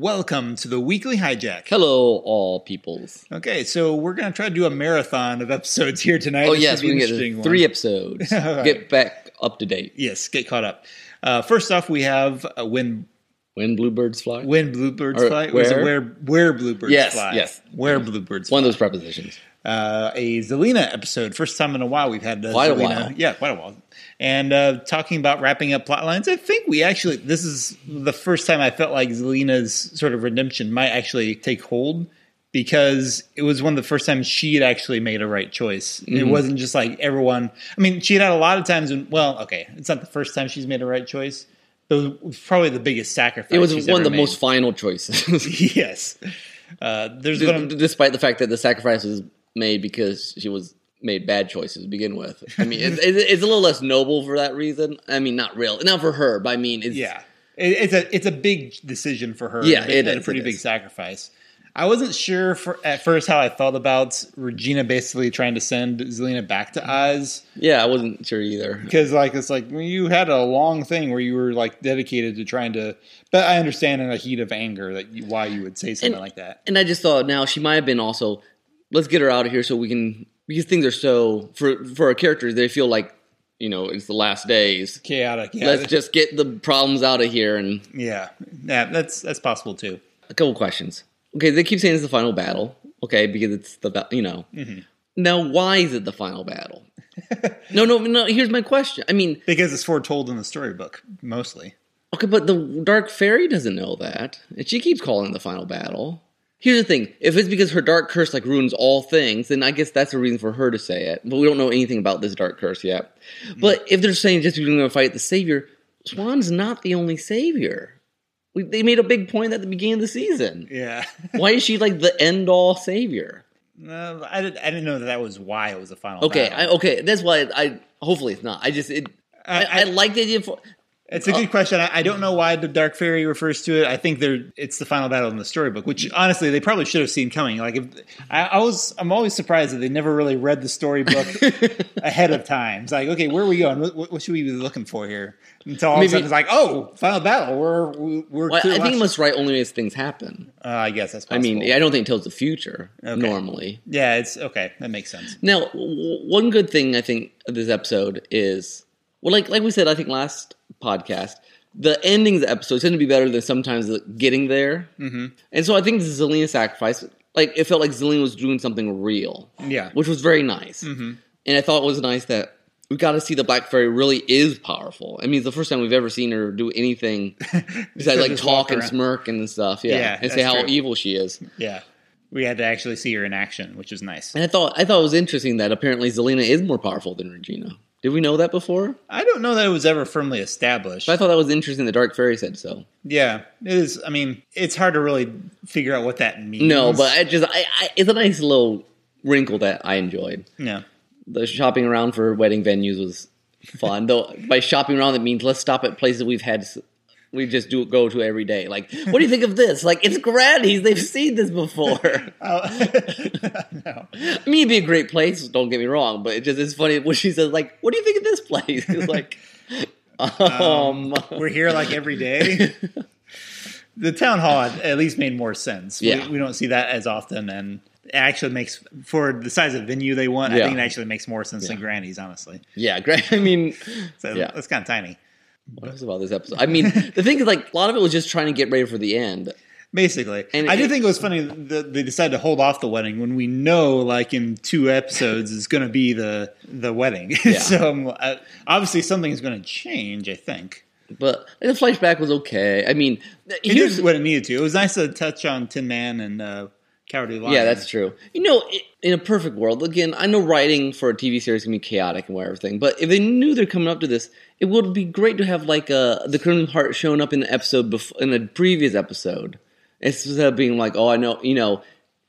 Welcome to the weekly hijack. Hello, all peoples. Okay, so we're gonna try to do a marathon of episodes here tonight. oh This yes, should be we an can interesting get one. three episodes. All right. Get back up to date. Yes, get caught up. Uh, first off, we have uh, when When bluebirds fly. when bluebirds Or fly. Or is it where where? where bluebirds Yes, fly? yes. where bluebirds. One of those prepositions. uh, a Zelina episode. First time in a while we've had uh, Quite a Zelena. while. Yeah, quite a while. And uh, talking about wrapping up plot lines, I think we actually this is the first time I felt like Zelina's sort of redemption might actually take hold because it was one of the first times she had actually made a right choice. It Mm-hmm. wasn't just like everyone. I mean, she had had a lot of times when well, okay, it's not the first time she's made a right choice. But it was probably the biggest sacrifice. It was she's one of ever the made. most final choices, yes. Uh, there's D- gonna, despite the fact that the sacrifice was made because she was made bad choices to begin with. I mean, it's, it's it's a little less noble for that reason. I mean, not real, not for her, but I mean, it's, Yeah, it, it's a it's a big decision for her. Yeah, and it and a is, pretty it big is. sacrifice. I wasn't sure for, at first how I felt about Regina basically trying to send Zelina back to Oz yeah, I wasn't sure either. because like it's like well, you had a long thing where you were like dedicated to trying to. But I understand in a heat of anger that you, why you would say something And- like that. And I just thought now she might have been also let's get her out of here so we can because things are so for for our characters they feel like you know it's the last days. Chaotic. Yeah, Let's just get the problems out of here and yeah, yeah. That's that's possible too. a couple questions. Okay, they keep saying it's the final battle. Okay, because it's the ba- you know. Now why is it the final battle? no, no, no. Here's my question. I mean, Because it's foretold in the storybook mostly. Okay, but the Dark Fairy doesn't know that. And she keeps calling it the final battle. Here's the thing if it's because her dark curse like ruins all things, then I guess that's a reason for her to say it. But we don't know anything about this dark curse yet. But if they're saying just because we're going to fight the savior, Swan's not the only savior. We, they made a big point at the beginning of the season. Yeah. Why is she like the end all savior? No, Uh, I, did, I didn't know that that was why it was a final. Okay, battle. I, okay, that's why I, hopefully it's not. I just it, I, I, like the idea for It's a Oh. good question. I, I don't know why the Dark Fairy refers to it. I think they're it's the final battle in the storybook, which honestly they probably should have seen coming. Like if I, I was, I'm always surprised that they never really read the storybook ahead of time. It's like, okay, where are we going? What, what- what should we be looking for here? Until all of Maybe- a sudden it's like, oh, final battle. We're we- we're. well, clear I think it last- must write only as things happen. Uh, I guess that's. I Possible. mean, I don't think it tells the future normally. yeah, it's okay. That makes sense. Now, w- one good thing I think of this episode is, well, like like we said, I think last podcast, the endings of episodes tend to be better than sometimes the getting there. Mm-hmm. And so I think the Zelina sacrifice, like it felt like Zelina was doing something real, Yeah. which was very nice. Mm-hmm. And I thought it was nice that we got to see the Black Fairy really is powerful. I mean, it's the first time we've ever seen her do anything besides like Just walk talk and around. smirk and stuff, yeah, Yeah, and say that's how true. evil she is. Yeah, we had to actually see her in action, which is nice. And I thought I thought it was interesting that apparently Zelina is more powerful than Regina. Did we know that before? I don't know that it was ever firmly established. But I thought that was interesting. The Dark Fairy said so. Yeah, it is. I mean, it's hard to really figure out what that means. No, but I just I, I, it's a nice little wrinkle that I enjoyed. yeah, The shopping around for wedding venues was fun. Though by shopping around, it means let's stop at places we've had. s- We just do go to every day. Like, what do you think of this? Like, it's grannies. They've seen this before. Oh, I mean, it'd be a great place. Don't get me wrong, but it just it's funny when she says like, "What do you think of this place?" It's like, um, we're here like every day. the town hall at- at least made more sense. We- Yeah. we, don't see that as often, and it actually makes for the size of venue they want. I Yeah. think it actually makes more sense than Granny's, honestly. yeah, great. I mean, So Yeah. that's kind of tiny. what else about this episode? I mean, the thing is, like, a lot of it was just trying to get ready for the end. Basically, And I do it- think it was funny that they decided to hold off the wedding when we know, like in two episodes, is going to be the the wedding. so um, uh, obviously, something's going to change. I think. But the flashback was okay. I mean, th- It here's did what it needed to. It was nice to touch on Tin Man and uh, Cowardly Lion. yeah, that's true. You know, i in a perfect world, again, I know writing for a TV series can be chaotic and where everything, but if they knew they're coming up to this, it would be great to have like uh, the Crimson Heart showing up in the episode before in a previous episode instead of being like, oh, I know, you know,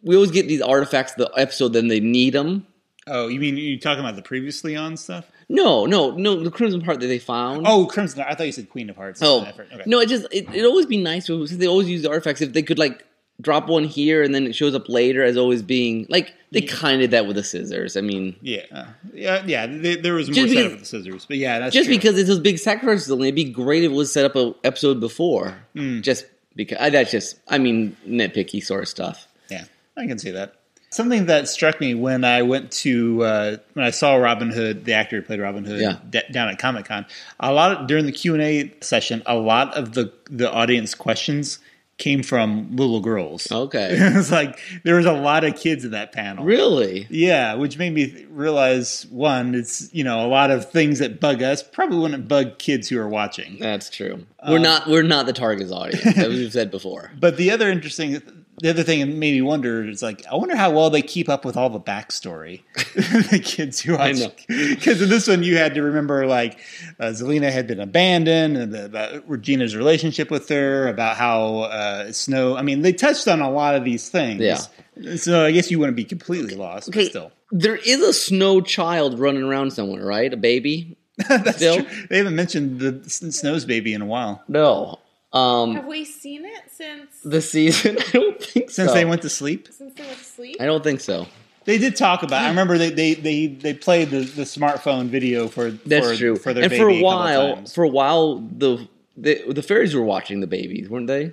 we always get these artifacts of the episode, then they need them. Oh, you mean you talking about the previously on stuff? No, no, no, the Crimson Heart that they found. Oh, Crimson. I thought you said Queen of Hearts. Oh Effort. Okay. no! It just it, it'd always be nice to- since they always use the artifacts. If they could like drop one here and then it shows up later as always being like they kind of did that with the scissors. I mean, Yeah, uh, yeah, yeah. There, there was more Just setup because- with the scissors, but yeah, that's just true. Mm. because it's a big sacrifice, to Zelina, it'd be great if it was set up a episode before. Just because I, that's just I mean nitpicky sort of stuff. Yeah, I can see that. Something that struck me when I went to uh, when I saw Robin Hood, the actor who played Robin Hood, Yeah. d- down at Comic Con, a lot of, during the Q and A session, a lot of the the audience questions came from little girls. Okay, it was like there was a lot of kids in that panel. Oh. really? Yeah, which made me th- realize one, it's you know a lot of things that bug us probably wouldn't bug kids who are watching. That's true. Uh, we're not we're not the target audience as we've said before. But the other interesting, the other thing that made me wonder is like, I wonder how well they keep up with all the backstory. the kids who watch, know. because in this one you had to remember like uh, Zelina had been abandoned and the, about Regina's relationship with her, about how uh, Snow. I mean, they touched on a lot of these things. Yeah. So I guess you wouldn't be completely lost, but Okay. still. There is a snow child running around somewhere, right? A baby? That's Still? true. They haven't mentioned the S- Snow's baby in a while No. Um, Have we seen it since the season? I don't think so. since they went to sleep. since they went to sleep? I don't think so. They did talk about. I remember they they they, they played the, the smartphone video for That's for, true. for their and baby for a a couple while, times. for a while, the, the the fairies were watching the babies, weren't they?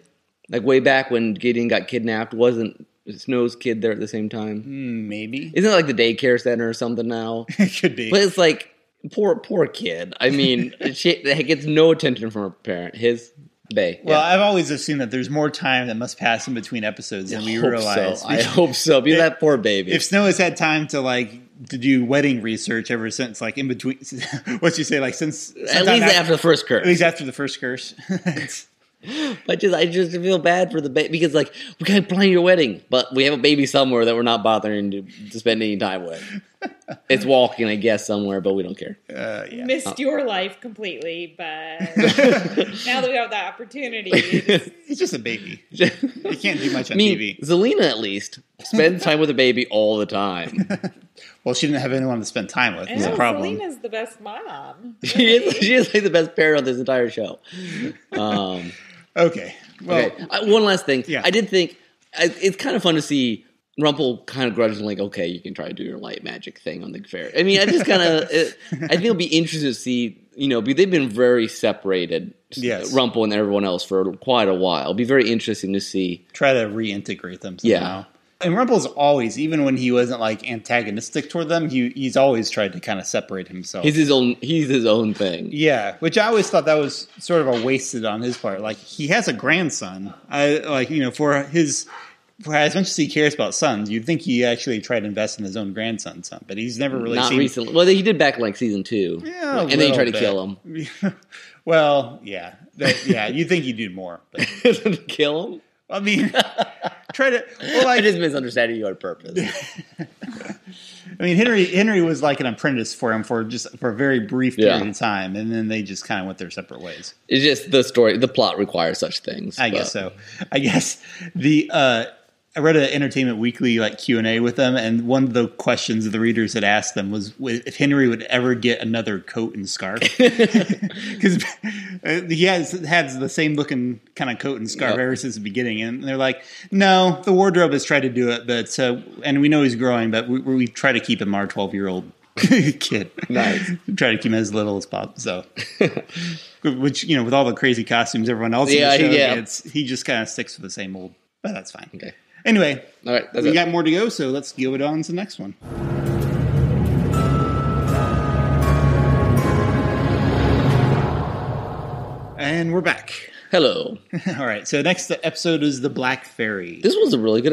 Like way back when Gideon got kidnapped, wasn't Snow's kid there at the same time? Hmm, maybe Isn't it like the daycare center or something now? it could be. But it's like poor poor kid. I mean, she that gets no attention from her parent. His they. well, I've always assumed that there's more time that must pass in between episodes than we hope realize. So. I hope so. Be that poor baby. if Snow has had time to like to do wedding research ever since, like in between, what you say, like since at least after the first curse. at least after the first curse. It's- I just I just feel bad for the baby because like we can't plan your wedding, but we have a baby somewhere that we're not bothering to, to spend any time with. it's walking, I guess, somewhere, but we don't care. uh, yeah. Missed your life completely, but now that we have that opportunity, it's It's just a baby. I You can't do much on mean, TV. Zelina at least spends time with a baby all the time. Well, she didn't have anyone to spend time with. Is oh, the problem. Selena's the best mom. she, is, she is like the best parent on this entire show. Um, Okay. Well, okay. I, one last thing. Yeah. I did think I, it's kind of fun to see Rumple kind of grudgingly, like, okay, you can try to do your light magic thing on the fair. I mean, I just kind of, I think it'll be interesting to see, you know, be, they've been very separated, Yes. Rumple and everyone else, for quite a while. It'll be very interesting to see. try to reintegrate them Yeah. somehow. And Rumple's always, even when he wasn't like antagonistic toward them, he he's always tried to kind of separate himself. He's his own, he's his own thing. yeah, which I always thought that was sort of a wasted on his part. Like he has a grandson. I like you know for his for as much as he cares about sons, you'd think he actually tried to invest in his own grandson son, but he's never really Not seen. recently. Well, he did back in like season two. Yeah, a and then he tried to little kill him. well, yeah, that, yeah, you would think he'd do more, but kill him? I mean, try to. Well, I like, just misunderstanding you on purpose. I mean, Henry Henry was like an apprentice for him for just for a very brief Yeah. period of time, and then they just kind of went their separate ways. It's just the story, the plot requires such things. I but- guess so. I guess the uh, I read an Entertainment Weekly like Q and A with them, and one of the questions the readers had asked them was if Henry would ever get another coat and scarf because he has has the same looking kind of coat and scarf Yeah. ever since the beginning, and they're like, no, the wardrobe has tried to do it, but uh, and we know he's growing, but we, we try to keep him our twelve year old kid. Nice. try to keep him as little as possible. So. Which you know, with all the crazy costumes everyone else yeah, Yeah, in the show yeah. gets, he just kind of sticks with the same old. But that's fine. Okay. Anyway, All right. That's we it. got more to go, so let's go it on to the next one. And we're back. Hello. All right. So next episode is the Black Fairy. This was a really good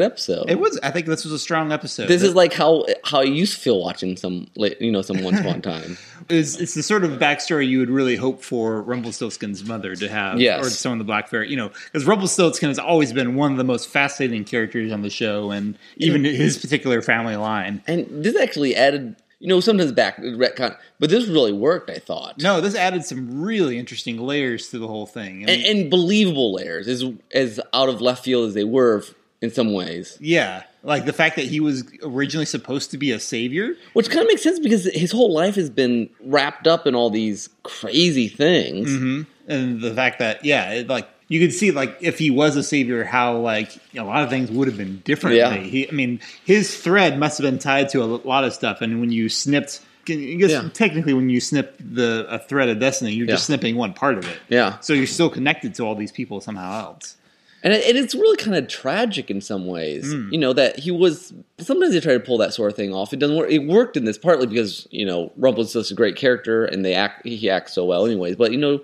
episode. it was. I think this was a strong episode. this is like how how I used to feel watching some like, you know someone's upon time. It's, it's the sort of backstory you would really hope for Rumpelstiltskin's mother to have, Yes. or someone the Black Fairy, you know, because Rumpelstiltskin has always been one of the most fascinating characters on the show, and even his particular family line. And this actually added you know sometimes back retcon, but this really worked. I thought. No, this added some really interesting layers to the whole thing. I And, mean, and believable layers as as out of left field as they were f- in some ways, yeah, like the fact that he was originally supposed to be a savior. which kind of makes sense because his whole life has been wrapped up in all these crazy things. Mm-hmm. and the fact that yeah it, like you could see like if he was a savior how like a lot of things would have been differently Yeah. he, i mean his thread must have been tied to a lot of stuff and when you snipped I guess Yeah. technically when you snip the a thread of destiny you're just Yeah. snipping one part of it Yeah. so you're still connected to all these people somehow else And it, and it's really kind of tragic in some ways, Hmm. you know, that he was. Sometimes they try to pull that sort of thing off. It doesn't work. It worked in this partly because you know Rumpel's such a great character, and they act. He acts so well, anyways. But you know,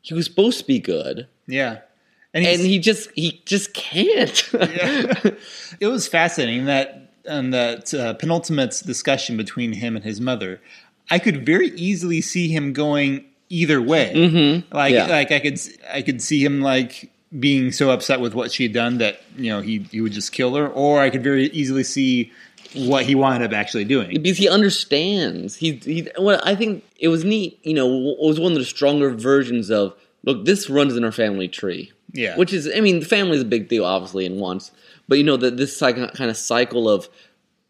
he was supposed to be good, Yeah. And, and he's- he just he just can't. Yeah. it was fascinating that on that uh, penultimate's discussion between him and his mother, I could very easily see him going either way. Mm-hmm. Like Yeah. like I could s- I could see him like being so upset with what she had done that you know he he would just kill her, or I could very easily see what he wound up actually doing. because he understands. He, he well, I think it was neat. You know, it was one of the stronger versions of look. This runs in our family tree. Yeah. which is, I mean, family is a big deal, obviously, in once, but you know that this cyc- kind of cycle of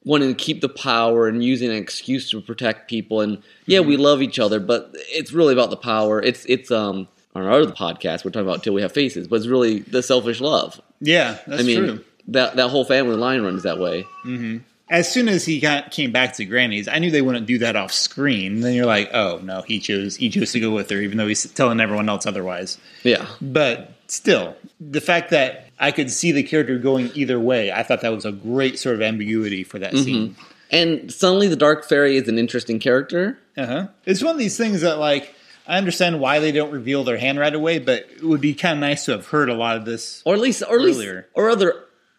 wanting to keep the power and using an excuse to protect people, and yeah, Mm-hmm. we love each other, but it's really about the power. It's it's um on our other podcast we're talking about till we have faces, but it's really the selfish love. Yeah, that's I mean, true. that that whole family line runs that way. as soon as he got came back to Granny's, I knew they wouldn't do that off screen. Then you're like, oh no, he chose he chose to go with her, even though he's telling everyone else otherwise. Yeah, But still, the fact that I could see the character going either way, I thought that was a great sort of ambiguity for that scene. Mm-hmm. and suddenly the dark fairy is an interesting character. Uh-huh. It's one of these things that like I understand why they don't reveal their hand right away, but it would be kind of nice to have heard a lot of this. or at least or at least- Earlier. or other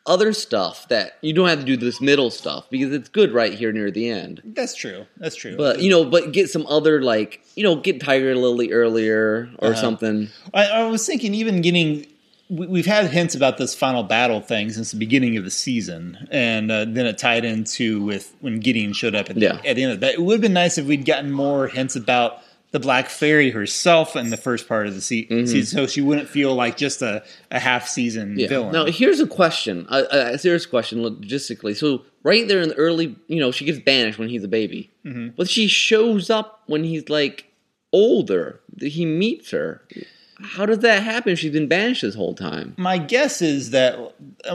other stuff that you don't have to do this middle stuff because it's good right here near the end. That's true. That's true. But you know, but get some other like you know, get Tiger Lily earlier or something. I, I was thinking, even getting, we, we've had hints about this final battle thing since the beginning of the season, and uh, then it tied into with when Gideon showed up at the, Yeah. at the end of that. It would have been nice if we'd gotten more hints about the Black Fairy herself in the first part of the se- Mm-hmm. season, so she wouldn't feel like just a, a half season Yeah. villain. Now here's a question, a, a a serious question logistically. So right there in the early, you know, she gets banished when he's a baby, but she shows up when he's like older. He meets her. How does that happen? if She's been banished this whole time. my guess is that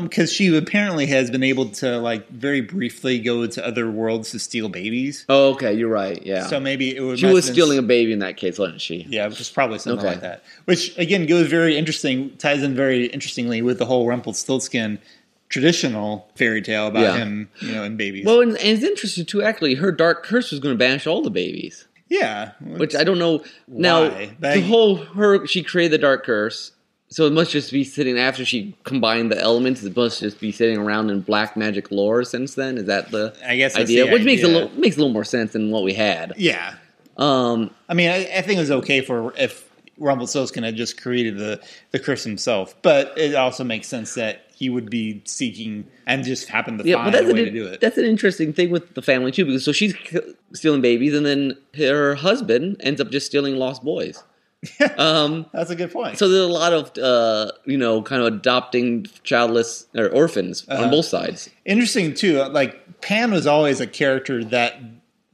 because she apparently has been able to like very briefly go to other worlds to steal babies, Oh, okay, you're right. Yeah, so maybe it would. she must was have been stealing a baby in that case, wasn't she? Yeah, which is probably something Okay. like that. Which again goes very interesting, ties in very interestingly with the whole Rumpelstiltskin traditional fairy tale about Yeah. him, you know, and babies. Well, and, and it's interesting too. Actually, her dark curse was going to banish all the babies, yeah, which I don't know. Now, Why? They- the whole her she created the dark curse, so it must just be sitting after she combined the elements. It must just be sitting around in black magic lore since then. Is that the I guess that's idea? the which makes a idea. little makes a little more sense than what we had. yeah. Um, I mean, I, I think it was okay for if Rumpelstiltskin had just created the the curse himself, but it also makes sense that he would be seeking and just happened to yeah, find but that's a way an, to do it. that's an interesting thing with the family too, because so she's k- stealing babies, and then her husband ends up just stealing lost boys. um, That's a good point. So there's a lot of uh, you know, kind of adopting childless or orphans Uh-huh. on both sides. interesting too uh, like pan was always a character that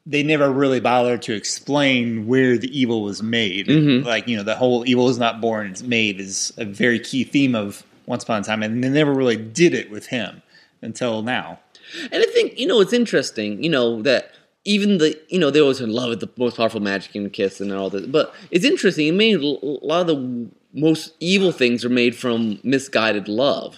they never really bothered to explain where the evil was made like you know the whole evil is not born it's made is a very key theme of once upon a time and they never really did it with him until now And I think you know it's interesting, you know, that even the you know they always in love with the most powerful magic and kiss and all this, but it's interesting. It made a lot of the most evil things are made from misguided love,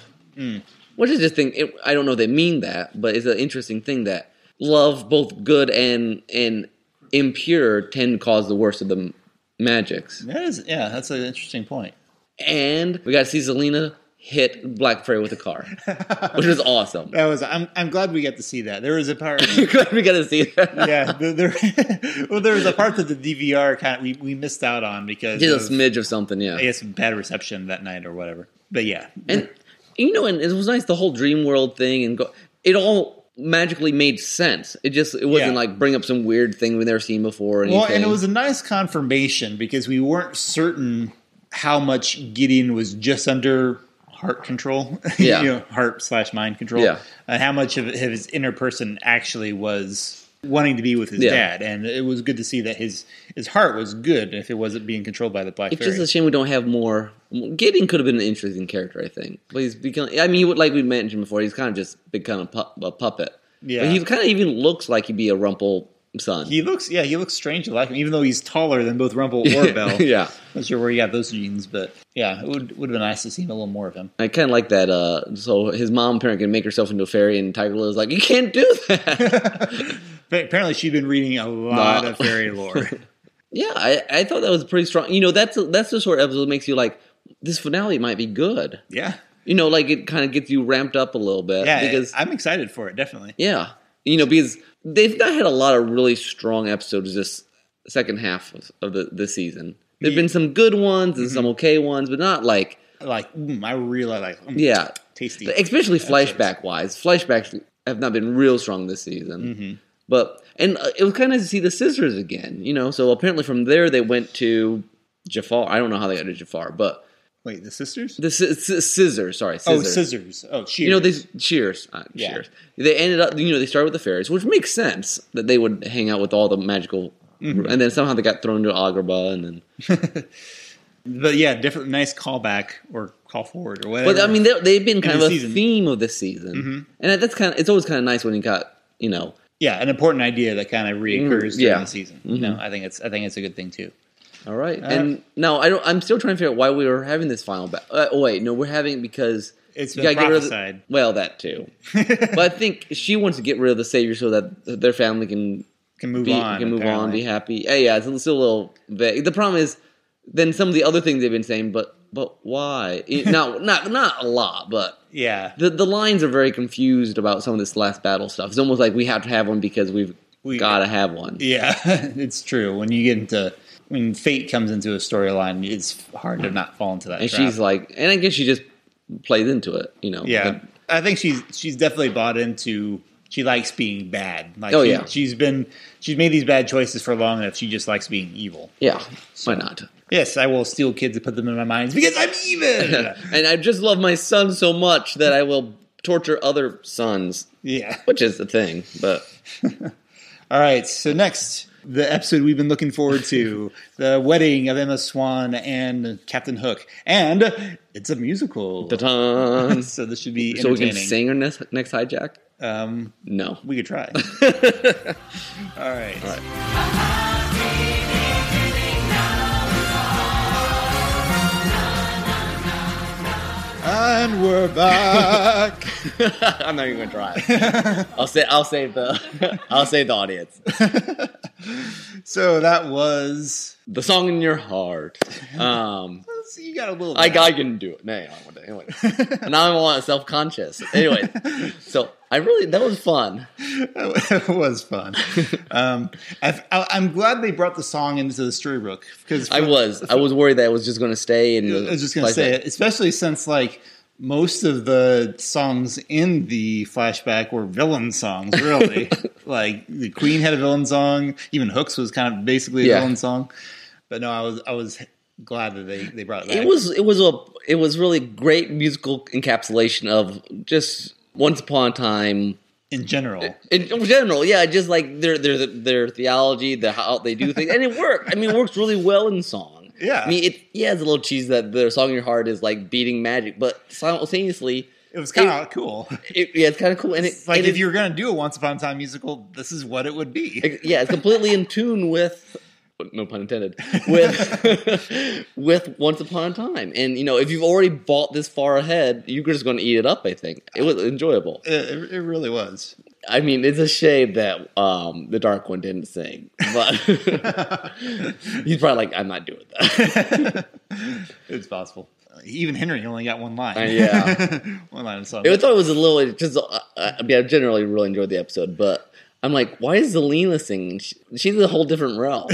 which is just thing. It, I don't know if they mean that, but it's an interesting thing that love, both good and and impure, tend to cause the worst of the m- magics. that is yeah that's an interesting point and we got to see Zelina hit Black Fairy with a car, which was awesome. that was i'm, I'm glad we got to see that there was a part Glad we got to see that. yeah the, there, well there was a part that the dvr kind of we, we missed out on because of, Just a smidge of something, yeah. i guess bad reception that night or whatever but yeah And you know, and it was nice the whole dream world thing, and go, it all magically made sense. It just it wasn't Yeah. like bring up some weird thing we've never seen before. Or anything. Well, and it was a nice confirmation because we weren't certain how much Gideon was just under heart control, Yeah. you know, heart slash mind control, Yeah. and how much of his inner person actually was wanting to be with his Yeah. dad. And it was good to see that his his heart was good if it wasn't being controlled by the black It's fairy. just a shame we don't have more. Gideon could have been an interesting character, I think, but he's become. I mean, he would, like we mentioned before, he's kind of just become a, pu- a puppet. Yeah. but he kind of even looks like he'd be a Rumple son. He looks, yeah, he looks strangely like him, even though he's taller than both Rumple or Bell. yeah. Not sure where he got those genes, but yeah, it would would have been nice to see him a little more of him. I kind of like that. Uh, so his mom apparently can make herself into a fairy, and Tiger Lily's like, "You can't do that." But apparently, she'd been reading a lot No. of fairy lore. yeah, I, I thought that was pretty strong. You know, that's that's the sort of episode that makes you like, this finale might be good. yeah, You know, like it kind of gets you ramped up a little bit yeah, because I'm excited for it. Definitely. yeah, you know, because they've not had a lot of really strong episodes this second half of the this season. There've been some good ones and some okay ones, but not like Like, mm, I really like. mm, yeah, tasty. especially episodes. flashback wise. Flashbacks have not been real strong this season, Mm-hmm. but and uh, it was kind of nice to see the sisters again. You know, so apparently from there they went to Jafar. I don't know how they got to Jafar, but Wait, the sisters? the sci- sci- scissors. Sorry, Oh, scissors. scissors. Oh, shears. You know, they cheers, uh, Yeah. cheers. They ended up, you know, they started with the fairies, which makes sense that they would hang out with all the magical, Mm-hmm. and then somehow they got thrown to Agrabah, and then. but yeah, different. Nice callback or call forward or whatever. But I mean, they- they've been kind the of a season. Mm-hmm. theme of this season, and that's kind of it's always kind of nice when you got you know yeah, an important idea that kind of reoccurs during Mm, yeah. the season. You know, I think it's I think it's a good thing too. All Uh, right, and now I don't. I'm still trying to figure out why we were having this final. Ba- uh, oh wait, no, we're having it because It's you been gotta get rid of the- prophesied. well, that too. but I think she wants to get rid of the savior so that their family can Can move be on. can move on, apparently. be happy. Uh, Yeah, yeah, it's still a little vague. The problem is then some of the other things they've been saying, but but why? It- not not not a lot, but yeah, the the lines are very confused about some of this last battle stuff. It's almost like we have to have one because we've We- got to have one. yeah, it's true. When you get into when fate comes into a storyline, it's hard to not fall into that. and trap. she's like, and I guess she just plays into it, you know. Yeah, But- I think she's she's definitely bought into. She likes being bad. Like Oh, she, yeah. she's been she's made these bad choices for long enough. She just likes being evil. Yeah, why not? Yes, I will steal kids and put them in my mines because I'm evil. and I just love my son so much that I will torture other sons, yeah. which is the thing. But All right. So next, the episode we've been looking forward to: the wedding of Emma Swan and Captain Hook, and it's a musical. ta-ta. so this should be so we entertaining. can sing her next, next hijack. Um, No. we could try. All right. All right. And we're back. I'm not even gonna try. I'll say I'll save the I'll save the audience. so that was The song in your heart. Um, you got a little. I got I can do it. No, I want to. Anyway, now I'm a lot self conscious. Anyway, so I really that was fun. it was fun. Um, I, I, I'm glad they brought the song into the storybook because I was I was worried that I was just gonna stay and I was just gonna say it, especially since like most of the songs in the flashback were villain songs, really. like the Queen had a villain song, even Hooks was kind of basically a Yeah. villain song. But no, I was I was glad that they they brought it back. it was it was a it was really great musical encapsulation of just once upon a time in general. in general yeah just like their their their theology the how they do things and it worked i mean it works really well in song Yeah. i mean it yeah it's a little cheesy that their song in your heart is like beating magic but simultaneously It was kind of cool. it, yeah it's kind of cool and it, It's like and if it- you were gonna do a Once Upon a Time musical, this is what it would be. Ex- yeah, it's completely in tune with no pun intended with with Once Upon a Time. And you know, if you've already bought this far ahead, you're just going to eat it up. I think it was enjoyable. It, it really was. I mean, it's a shame that um, the Dark One didn't sing, but he's probably like, "I'm not doing that." It's possible. Even Henry only got one line. Uh, yeah. one line of song. I thought it was a little it just. Uh, I mean, I generally really enjoyed the episode, but. I'm like, why is Zelina singing? She, she's a whole different realm.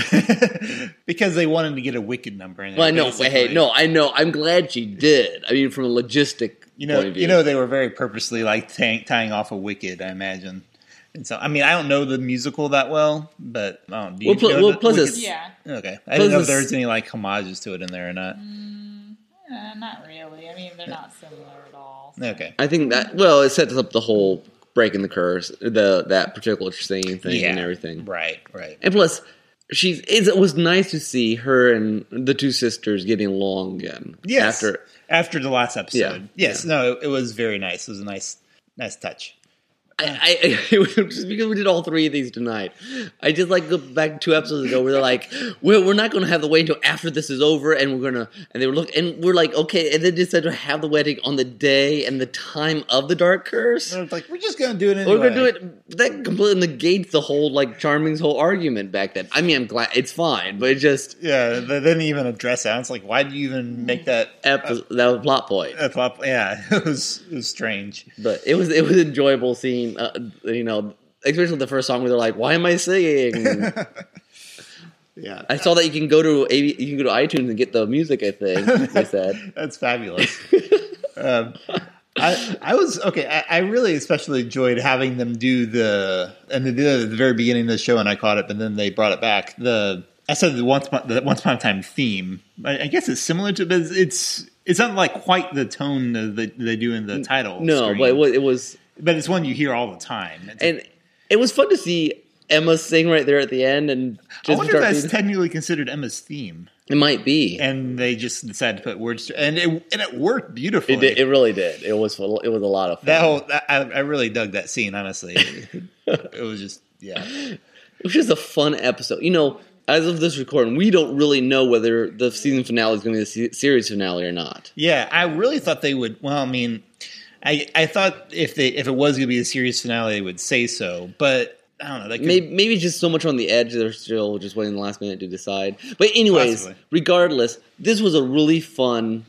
because they wanted to get a wicked number in there. Well, I know. basically. Hey, no, I know. I'm glad she did. I mean, from a logistic You know, point of view. you know, they were very purposely like tying, tying off a wicked, I imagine. And so, I mean, I don't know the musical that well, but I don't. Do you Well, pl- know well, the plus Wicked? it's- Yeah. okay. I didn't know if plus there it's- was any like homages to it in there or not. Uh, not really. I mean, they're not similar at all. Okay, I think that well, it sets up the whole breaking the curse, the that particular singing thing and everything. Right, right. And plus, she's it's, it was nice to see her and the two sisters getting along again. Yes, after after the last episode. Yeah, Yes, no, it, it was very nice. It was a nice, nice touch. I, I it was just because we did all three of these tonight. I just like go back two episodes ago where they're like, "Well, we're not going to have the wedding until after this is over, and we're gonna," and they were look, and we're like, "Okay," and they decided to have the wedding on the day and the time of the Dark Curse. So it's like we're just gonna do it anyway. We're gonna do it. That completely negates the whole like Charming's whole argument back then. I mean, I'm glad it's fine, but it just Yeah, they didn't even address that. It's like why do you even make that? epi- that was a plot point. a plot? Yeah, it was it was strange. But it was it was enjoyable seeing uh, you know, especially the first song where they're like, "Why am I singing?" Yeah, I saw that you can go to A- you can go to iTunes and get the music. I think they said. That's fabulous. um, I I was okay. I, I really especially enjoyed having them do the and they did it at the very beginning of the show, and I caught it, but then they brought it back. The I said the once upon, the once upon a time theme. I, I guess it's similar to, but it's it's not like quite the tone that they- they do in the title. No, screen. but it was, it was but it's one you hear all the time. It's- and it was fun to see Emma sing right there at the end and I just wonder if start that's being- technically considered Emma's theme, it might be. and they just decided to put words to, and it and it worked beautifully. It did, it really did. It was fu- it was a lot of fun. That whole, that, I, I really dug that scene. Honestly, it was just yeah. It was just a fun episode. You know, as of this recording, we don't really know whether the season finale is going to be the se- series finale or not. Yeah, I really thought they would. Well, I mean, I I thought if they if it was going to be a series finale, they would say so. But I don't know. They could, Maybe, maybe just so much on the edge they're still just waiting the last minute to decide. But anyways, Possibly. regardless, this was a really fun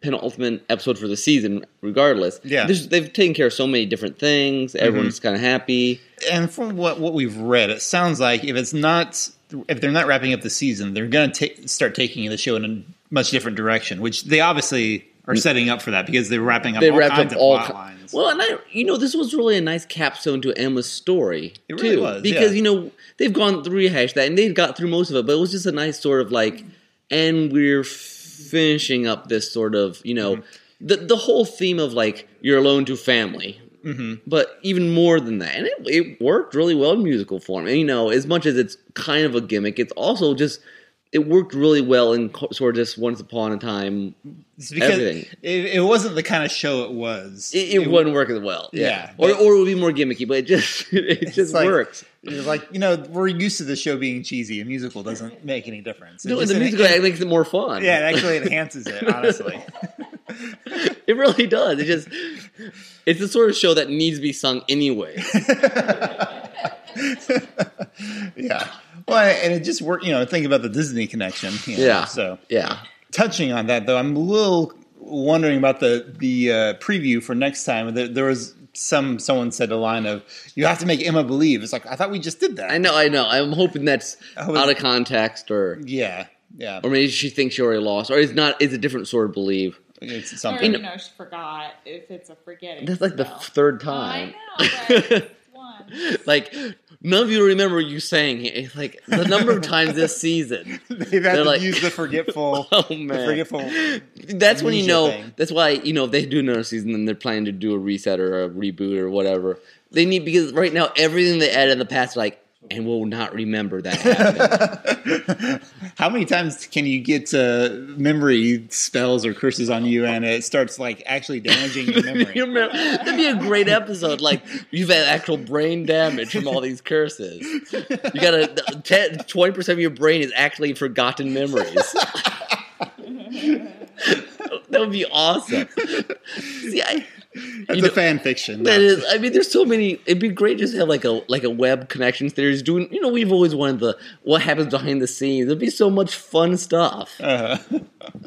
penultimate episode for the season. Regardless, Yeah. Mm-hmm. There's- they've taken care of so many different things. Everyone's kind of happy. and from what what we've read, it sounds like if it's not if they're not wrapping up the season, they're going to ta- start taking the show in a much different direction, which they obviously are setting up for that because they're wrapping up Mm. They all wrapped kinds up of all plot ki- lines. Well, and I, you know, this was really a nice capstone to Emma's story It really too, was, because yeah. you know they've gone through rehash that and they got through most of it, but it was just a nice sort of like, and we're finishing up this sort of you know Mm-hmm. the the whole theme of like you're alone to family. Mm-hmm. But even more than that, and it, it worked really well in musical form. And you know, as much as it's kind of a gimmick, it's also just it worked really well in co- sort of just once upon a time. It's because it, everything. it wasn't the kind of show it was. It, it, wasn't working well, Yeah, or but- or it would be more gimmicky, but it just it just like- works. It's like you know we're used to the show being cheesy. A musical doesn't make any difference. It No, and just- the musical it, makes it more fun. yeah, it actually enhances it. Honestly, it really does. It just it's the sort of show that needs to be sung anyway. yeah. Well, and it just worked. You know, think about the Disney connection. you know, Yeah. So Yeah. touching on that though, I'm a little wondering about the the uh, preview for next time. There, there was some someone said a line of "You have to make Emma believe." It's like I thought we just did that. I know, I know. I'm hoping that's Oh, out of context or Yeah. Yeah. or maybe she thinks she already lost or it's not it's a different sort of believe. it's Or, something. you know, she forgot if it's a forgetting. That's like the spell. third I time. know, but it's one. like none of you remember you saying it. It's Like the number of times this season. They've had They're to like- use the forgetful. Oh The man. forgetful. that's when you amnesia know. thing. That's why you know if they do another season and they're planning to do a reset or a reboot or whatever. They need because right now everything they added in the past, like, and we'll not remember that. happened." How many times can you get uh, memory spells or curses on you, and it starts like actually damaging your You memory? remember- That'd be a great episode. Like you've had actual brain damage from all these curses. You got a twenty percent of your brain is actually forgotten memories. that would be awesome. See, I, That's You a know- fan fiction. That is, I mean, there's so many. It'd be great just to have like a like a web connections theories. Doing, you know, we've always wanted the what happens behind the scenes. It'd be so much fun stuff. Uh,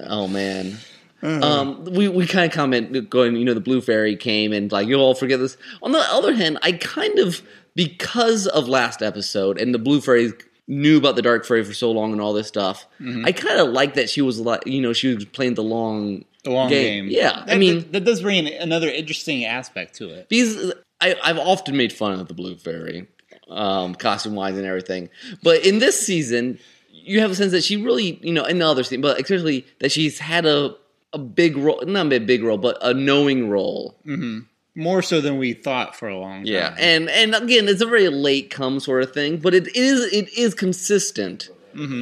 Oh man. Um, we we kind of comment going, you know, the blue fairy came and like you'll all forget this. On the other hand, I kind of because of last episode and the blue fairy knew about the dark fairy for so long and all this stuff. I kind of like that she was like, you know, she was playing the long the long game. game. Yeah, That- I mean, that, that does bring in another interesting aspect to it. these I, I've often made fun of the Blue Fairy, um, costume wise and everything. But in this season, you have a sense that she really, you know, in the other season, but especially that she's had a a big role, not a big role, but a knowing role. More so than we thought for a long time. Yeah, and and again, it's a very late come sort of thing, but it is it is consistent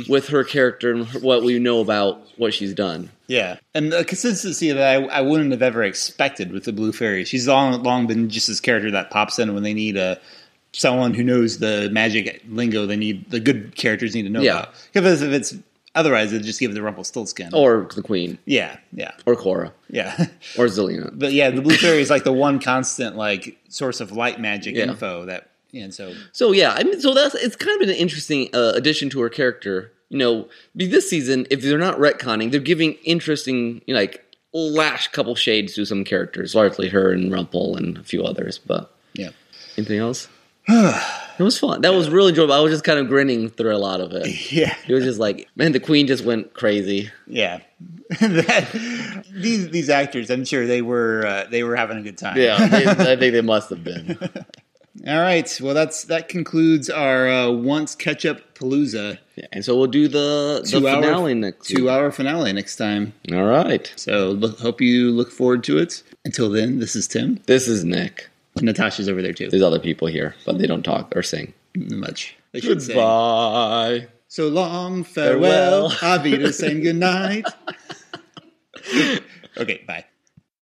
with her character and her- what we know about what she's done. Yeah, and the consistency that I, I wouldn't have ever expected with the Blue Fairy. She's long long been just this character that pops in when they need a someone who knows the magic lingo. They need the good characters need to know Yeah. about because if it's otherwise, they'd just give it the Rumpelstiltskin. Or the Queen, yeah, yeah, or Cora, yeah. or Zelina. but yeah, the Blue Fairy is like the one constant like source of light magic Yeah. info that, and so So yeah, I mean, so that's it's kind of an interesting uh, addition to her character. You know, be- this season, if they're not retconning, they're giving interesting, you know, like lash couple shades to some characters, largely her and Rumple and a few others. But yeah. anything else? it was fun. That was really enjoyable. I was just kind of grinning through a lot of it. Yeah, It was just like, man, the Queen just went crazy. yeah. that, these these actors, I'm sure they were uh, they were having a good time. Yeah, they, I think they must have been. All right. Well, that's that concludes our uh, once catch up palooza Yeah, and so we'll do the, the Two hour- finale next two week. hour finale next time. All right. So look, hope you look forward to it. Until then, this is Tim. This is Nick. Natasha's over there too. There's other people here, but they don't talk or sing. Much. They should sing. Goodbye. So long, farewell. Farewell. I'll be the same good night. okay, bye.